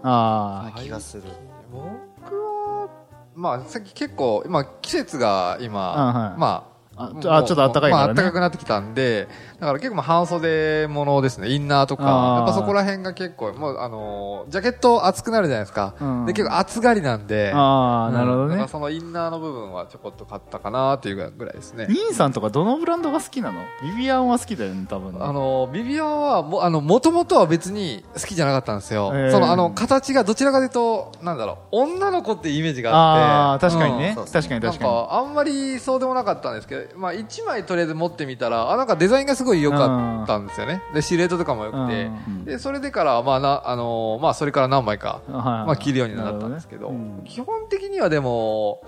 あな気がする。僕は、まあ、さっき結構、今、季節がうん今、はいまあ、あもうちょあちょっと暖かいからねまあ、暖かくなってきたんで、だから結構まあ半袖ものですね、インナーとか、あーやっぱそこら辺が結構、もうあのー、ジャケット暑くなるじゃないですか。うんで、結構暑がりなんで、あ。ああ、うんなるほどだかねら。そのインナーの部分はちょこっと買ったかなっていうぐらいですね。兄さんとかどのブランドが好きなのビビアンは好きだよね、多分ね。あの、ビビアンは、も、あの、もともとは別に好きじゃなかったんですよ。えーその、あの、形がどちらかというと、なんだろう、女の子っていうイメージがああっーて。確かにね。うん確かに確かなんか、あんまりそうでもなかったんですけど、で、まあ、1枚とりあえず持ってみたらあなんかデザインがすごい良かったんですよねでシルエットとかも良くてうんでそれでから、まあなあのーまあ、それから何枚か、ままあ、着るようになったんですけど基本的にはでも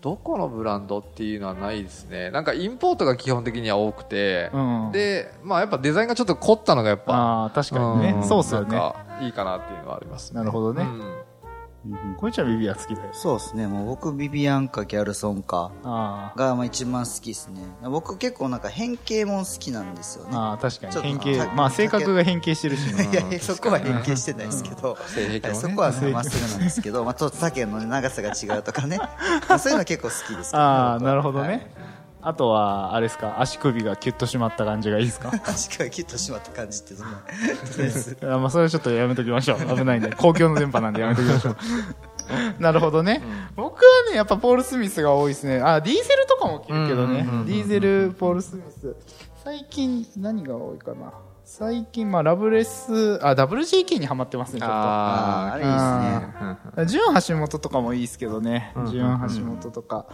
どこのブランドっていうのはないですねなんかインポートが基本的には多くて、で、まあ、やっぱデザインがちょっと凝ったのがやっぱああ、確かにんね。そうっすよね。なんかいいかなっていうのはありますねなるほどねうんうんうんこいちゃんビビア好きだよ。そうですね。もう僕、ビビアンかギャルソンかあがまあ一番好きですね。僕結構なんか変形も好きなんですよあね。ああ、確かちょに。っと変形た。まあ、性格が変形してるし ね。 いやいや、そこは変形してないですけど、性癖もねそこはまっすぐなんですけど、まあ、と丈の長さが違う とかね、まあそういうの結構好きですけどああ、なるほどね。あとは、あれですか、足首がキュッと締まった感じがいいですか足がキュッとしまった感じってそのとりあえず あまあ、それはちょっとやめときましょう。危ないんで。公共の電波なんでやめときま しょう。なるほどね。僕はね、やっぱポール・スミスが多いですね。あ、ディーゼルとかも着るけどねうんうんうんうん。ディーゼル、ポール・スミス。最近、何が多いかな。最近、まあ、ラブレス、あ、WGK にハマってますね、ちょっと。ああああれいいですねあジュン橋本とかもいいですけどね。んジュン橋本とか。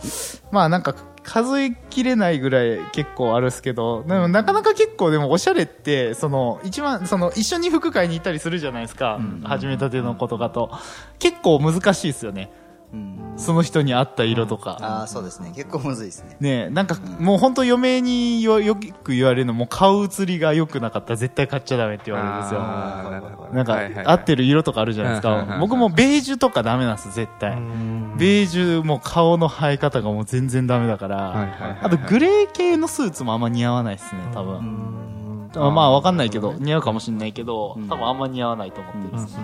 まあなんか数えきれないぐらい結構あるっすけど、でもなかなか結構でもおしゃれって、その一番、その一緒に服買いに行ったりするじゃないですか。始めたての子とかと。結構難しいですよね。うん、その人に合った色とあか。あそうですね結構むずいですねねえなんかもう本当嫁によよく言われるのもう顔写りが良くなかったら絶対買っちゃダメって言われるんですよ。あーなるほどなんか、はいはいはい合ってる色とかあるじゃないですはいはいはかい。僕もベージュとかダメなんです、絶対。ベージュ、もう顔の生え方がもう全然ダメだから、いはいはいはいあとグレー系のスーツもあんま似合わないですね、多分。あまあわかんないけど、似合うかもしれないけど、多分あんま似合わないと思ってます、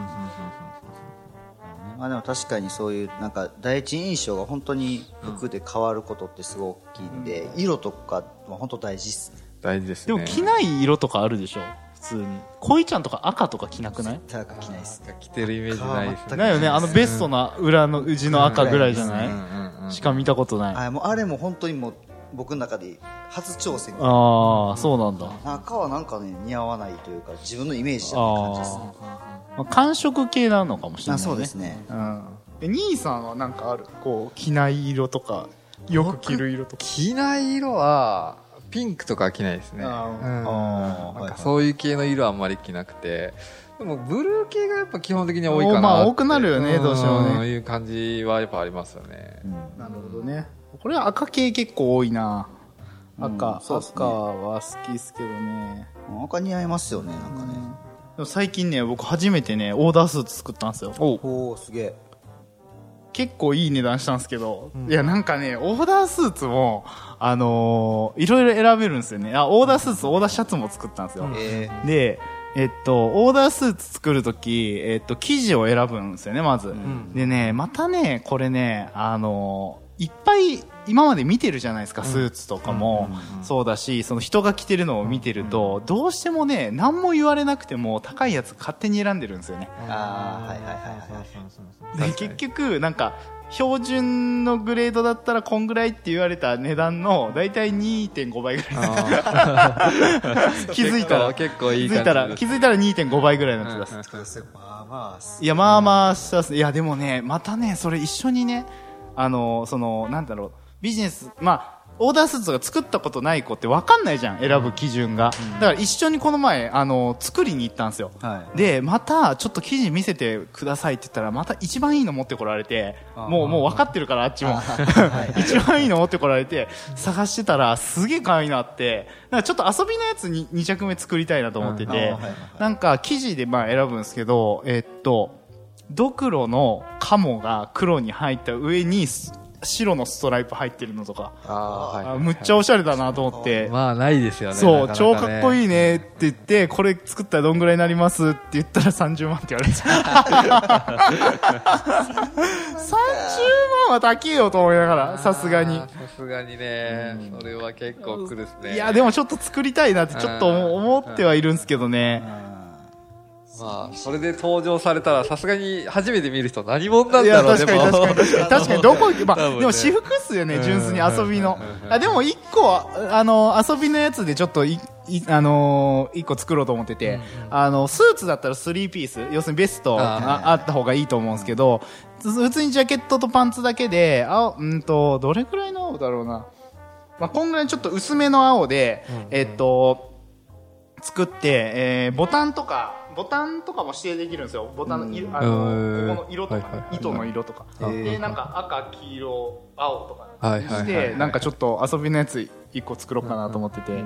まあでも確かにそういうなんか第一印象が本当に服で変わることってすごい大きいんで、色とかは本当大事っすね大事ですでねも着ない色とかあるでしょ、普通に。恋ちゃんとか赤とか着なくない高く着ないっすね着てるイメージないですねないよね、あのベストな裏の、うちの赤ぐらいじゃない、うんうんしか見たことない。ああもうあれも本当にもう僕の中で初挑戦あー、そうなんだ。赤はなんかね似合わないというか自分のイメージじゃない感じですねああ、まあ、寒色系なのかもしれあない、ね、そうですねうんえ兄さんはなんかあるこう着ない色とかよく着る色とか着ない色はピンクとかは着ないですねあーうんあーなんかはいそういう系の色はあんまり着なくてでもブルー系がやっぱ基本的に多いおかまなあって多くなるよねどうしてもねんいう感じはやっぱありますよねなるほどねこれは赤系結構多いな赤、うんそうっすね赤は好きですけどねはい赤似合いますよねなんかね、でも最近ね僕初めてねオーダースーツ作ったんですよおおすげえ結構いい値段したんですけど、いやなんかねオーダースーツもあのーいろいろ選べるんですよねあオーダースーツオーダーシャツも作ったんですよ、えーで、えっと、オーダースーツ作るとき、えっと、生地を選ぶんですよね、まず。でね、またね、これね、あのいっぱい今まで見てるじゃないですか、スーツとかも、そうだし、その人が着てるのを見てると、どうしてもね、何も言われなくても高いやつ勝手に選んでるんですよね。ああはいはいはいはでい結局なんか標準のグレードだったらこんぐらいって言われた値段の大体2.5倍ぐらい 気づいたら結構結構いい気づい感じたら気づいたら2.5倍ぐらいのやつ出す、まあまあすいやまあまあしたっすいやでもねまたねそれ一緒にねあのそのなんだろうビジネスまあオーダースーツが作ったことない子って分かんないじゃん選ぶ基準が、だから一緒にこの前あの作りに行ったんですよ、はでまたちょっと記事見せてくださいって言ったらまた一番いいの持ってこられてもうもう分かってるからあっち も一番いいの持ってこられて探してたらすげえ可愛いなってなんかちょっと遊びのやつに2着目作りたいなと思ってうんあーはいてはいはいなんか記事でまあ選ぶんですけどえっとドクロのカモが黒に入った上にす白のストライプ入ってるのとかあーはいあむっちゃおしゃれだなと思ってまあないですよねそう、な超なかっこねいいねって言って、これ作ったらどんぐらいになりますって言ったら30万って言われた。30万は高えよと思いながら、さすがにあー。さすがにね、それは結構くるっすねいや、でもちょっと作りたいなってちょっと思思ってはいるんですけどね。まあそれで登場されたらさすがに初めて見る人何者 なんいや、だろう確かに確かにでも確かに。確 かに、どこ行く、ま多あ、分ねでも私服っすよね、純粋に遊びの。あ、でも一個は、あの、遊びのやつでちょっとい、いあのー一個作ろうと思ってて、あの、スーツだったら3ピース、要するにベストあーああった方がいいと思うんですけど、普通にジャケットとパンツだけで、あ、うんと、どれくらいのだろうな。まあ、こんぐらいちょっと薄めの青で、えっと、作って、えー、ボタンとか、ボタンとかも指定できるんですよ。ボタンの、いあの、ここの色とか、ね、糸の色とか。で、なんか赤、黄色、青とかにして、なんかちょっと遊びのやつ一個作ろうかなと思ってて。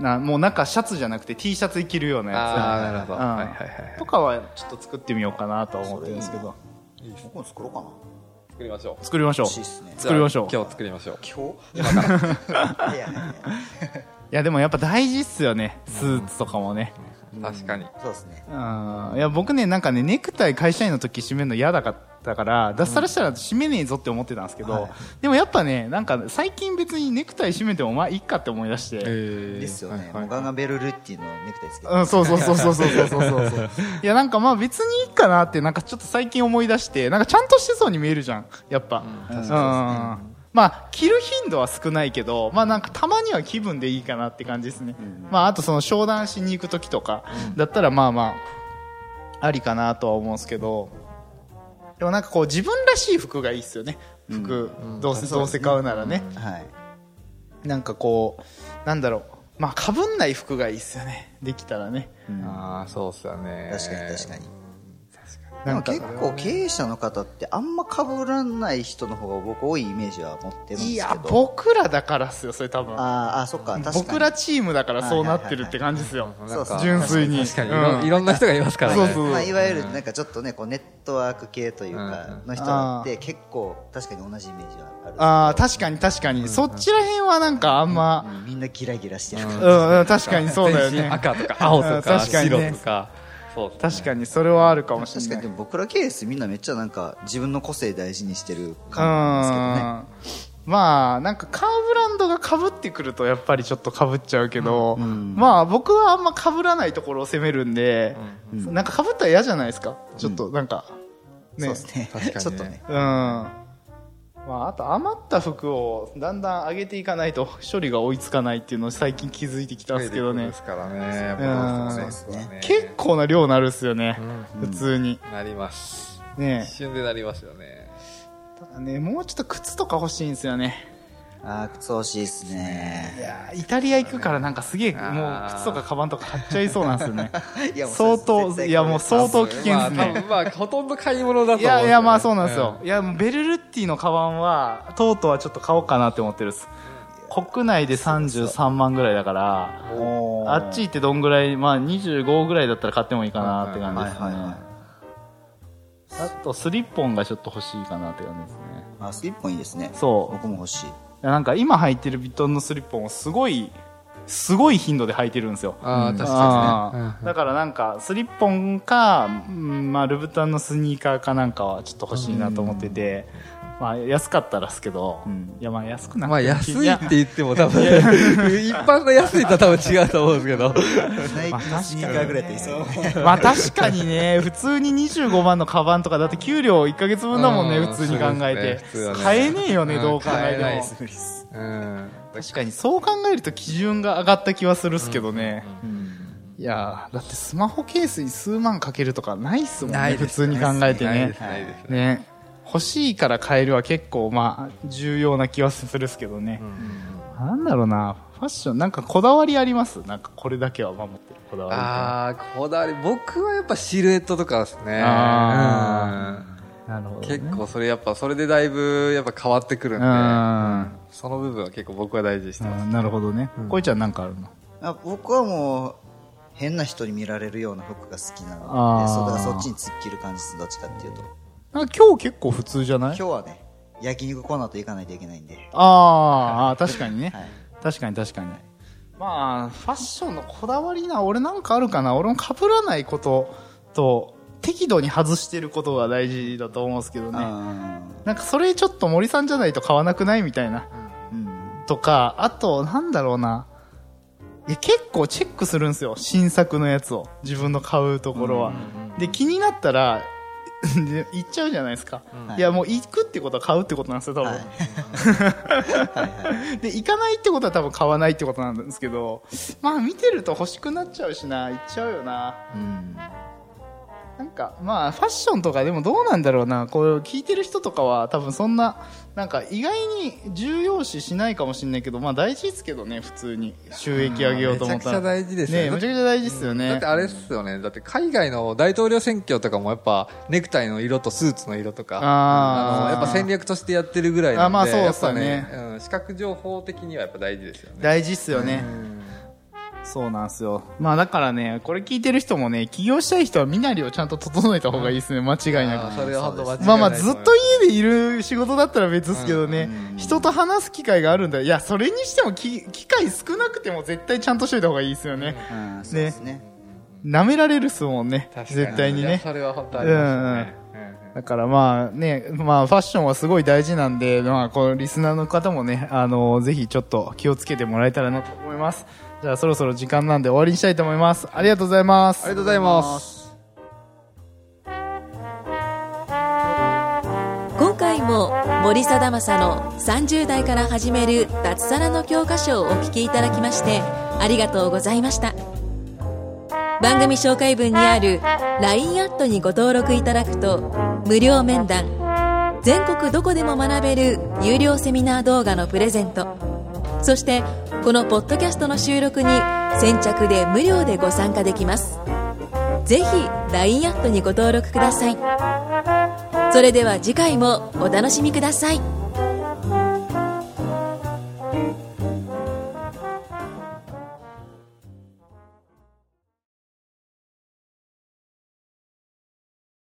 なもう中シャツじゃなくて T シャツいけるようなやつ、はい、とかはちょっと作ってみようかなと思ってるんですけど僕も作ろうかな作りましょう作りましょう、ね、作りましょう今日作りましょう今日 いやいやでもやっぱ大事っすよねスーツとかもね、うん、確かにそうですねいや僕ねなんかねネクタイ会社員の時締めるの嫌だかったから脱サラしたら締めねえぞって思ってたんですけど、うんはい、でもやっぱねなんか最近別にネクタイ締めてもまあいっかって思い出して、えー、ですよね、はいはい、もうガンガンベルルっていうのをネクタイつけて、うん、そうそうそうそうそうそうそう いやなんかまあ別にいいかなってなんかちょっと最近思い出してなんかちゃんとしてそうに見えるじゃんやっぱ、うん、確かにまあ、着る頻度は少ないけど、まあ、なんかたまには気分でいいかなって感じですね、うん、まあ、あとその商談しに行く時とかだったらまあまあありかなとは思うんですけどでもなんかこう自分らしい服がいいですよね服、うん、どうせ、うん、どうせ買うならね、、はいなんかこうなんだろうまあかぶんない服がいいですよねできたらね、ああそうっすよね確かに確かにでも結構経営者の方ってあんまかぶらない人の方が僕多いイメージは持ってるんですけどいや僕らだからっすよそれ多分ああそっか、僕らチームだからそうなってるって感じですよ純粋に確かに、うん、いろんな人がいますからねそうそうまあ、いわゆるなんかちょっとねこうネットワーク系というかの人って結構確かに同じイメージはあるああ確かに確かに、うん、そっちらへんはなんかあんま、うん、みんなギラギラしてるうん、うん、確かにそうだよね赤とか 青とか白とかね、確かにそれはあるかもしれない確かにでも僕らケースみんなめっちゃなんか自分の個性大事にしてる感じですけどねまあなんかカーブランドがかぶってくるとやっぱりちょっとかぶっちゃうけど、うん、まあ僕はあんまかぶらないところを攻めるんで、うん、なんかかぶったら嫌じゃないですか、うん、ちょっとなんか、ね、そうですね確かに、ね、ちょっとねうんまあ、あと余った服をだんだん上げていかないと 処理が追いつかないっていうのを最近気づいてきたんですけどね。ですからね。結構な量なるっすよね。うん、普通に。なります。ね一瞬でなりますよね。ただね、もうちょっと靴とか欲しいんですよね。ああ、靴欲しいっすね。いやイタリア行くからなんかすげえ、もう靴とかカバンとか買っちゃいそうなんですよ ね。いや、相当、いやもう相当危険ですね。まあ、まあ、ほとんど買い物だと思う、ね。いやいや、まあそうなんですよ。うん、いや、ベルルッティのカバンは、とうとうはちょっと買おうかなって思ってるっす。国内で33万ぐらいだから、あっち行ってどんぐらい、まあ25ぐらいだったら買ってもいいかなって感じですね。はいはいはい、あと、スリッポンがちょっと欲しいかなって感じですね。あ、スリッポンいいですね。。そう僕も欲しい。なんか今履いてるビトンのスリッポンをすごい、すごい頻度で履いてるんですよ。ああ、確かに、ねうん、だからなんか、スリッポンか、まあ、ルブタンのスニーカーかなんかはちょっと欲しいなと思ってて、まあ、安かったらですけど、うん、いや、まあ、安くなまあ、安いって言っても多分、一般の安いとは多分違うと思うんで すけど。まあ、確かにね、 普通に25万のカバンとか、だって給料1か月分だもんね、普通に考えて。買えねえよね、どう考えても。確かに、そう考えると基準が上がった気はするっすけどね。いやだってスマホケースに数万かけるとかないっすもんね、普通に考えてね。ね。欲しいから買えるは結構まあ重要な気はするんですけどね、うなんだろうなファッションなんかこだわりありますなんかこれだけは守ってるこだわりああこだわり僕はやっぱシルエットとかですねああ、なるほど、結構それやっぱそれでだいぶやっぱ変わってくるんで、その部分は結構僕は大事にしてますなるほどね、うん、こいちゃんなんかあるのあ僕はもう変な人に見られるような服が好きなのでそこそっちに突っ切る感じですどっちかっていうと今日結構普通じゃない今日はね、焼肉コーナーと行かないといけないんで。ああ、確かにね。はい、確かに確かに。まあ、ファッションのこだわりな、俺なんかあるかな。俺も被らないことと、適度に外してることが大事だと思うんですけどね。なんかそれちょっと森さんじゃないと買わなくないみたいな。うん、とか、あと、なんだろうな。いや、結構チェックするんですよ。新作のやつを。自分の買うところは。で、気になったら、行っちゃうじゃないですか、うん、いやもう行くってことは買うってことなんですよ多分、 はい、で行かないってことは多分買わないってことなんですけどまあ見てると欲しくなっちゃうしな行っちゃうよな、うん、なんかまあファッションとかでもどうなんだろうなこう聞いてる人とかは多分そんななんか意外に重要視しないかもしれないけどまあ大事ですけどね普通に収益上げようと思ったら、めちゃくちゃ大事ですよねねめちゃくちゃ大事ですよね、だってあれっすよね。だって海外の大統領選挙とかもやっぱネクタイの色とスーツの色とか、あーのやっぱ戦略としてやってるぐらいなんで、あまあそうやっっすよぱねね、うん、視覚情報的にはやっぱ大事ですよね。大事っすよね、うんそうなんですよ。まあだからね、これ聞いてる人もね、起業したい人は身なりをちゃんと整えた方がいいですね、間違いあなーそれは本当間違いく。ないまあまあずっと家でいる仕事だったら別ですけどね、人と話す機会があるんだ。いや、それにしてもき機会少なくても絶対ちゃんとしといた方がいいですよね。うん、そうですね。舐められるっすもんね、確かに絶対にいやね。それは本当ありますよね。うんだからまあね、まあファッションはすごい大事なんで、まあこのリスナーの方もね、あの、ぜひちょっと気をつけてもらえたらなと思います。じゃあそろそろ時間なんで終わりにしたいと思います。ありがとうございます。ありがとうございます。今回も森貞正の30代から始める脱サラの教科書をお聞きいただきましてありがとうございました番組紹介文にある LINE アットにご登録いただくと無料面談全国どこでも学べる有料セミナー動画のプレゼントそしてこのポッドキャストの収録に先着で無料でご参加できますぜひ LINE アットにご登録くださいそれでは次回もお楽しみください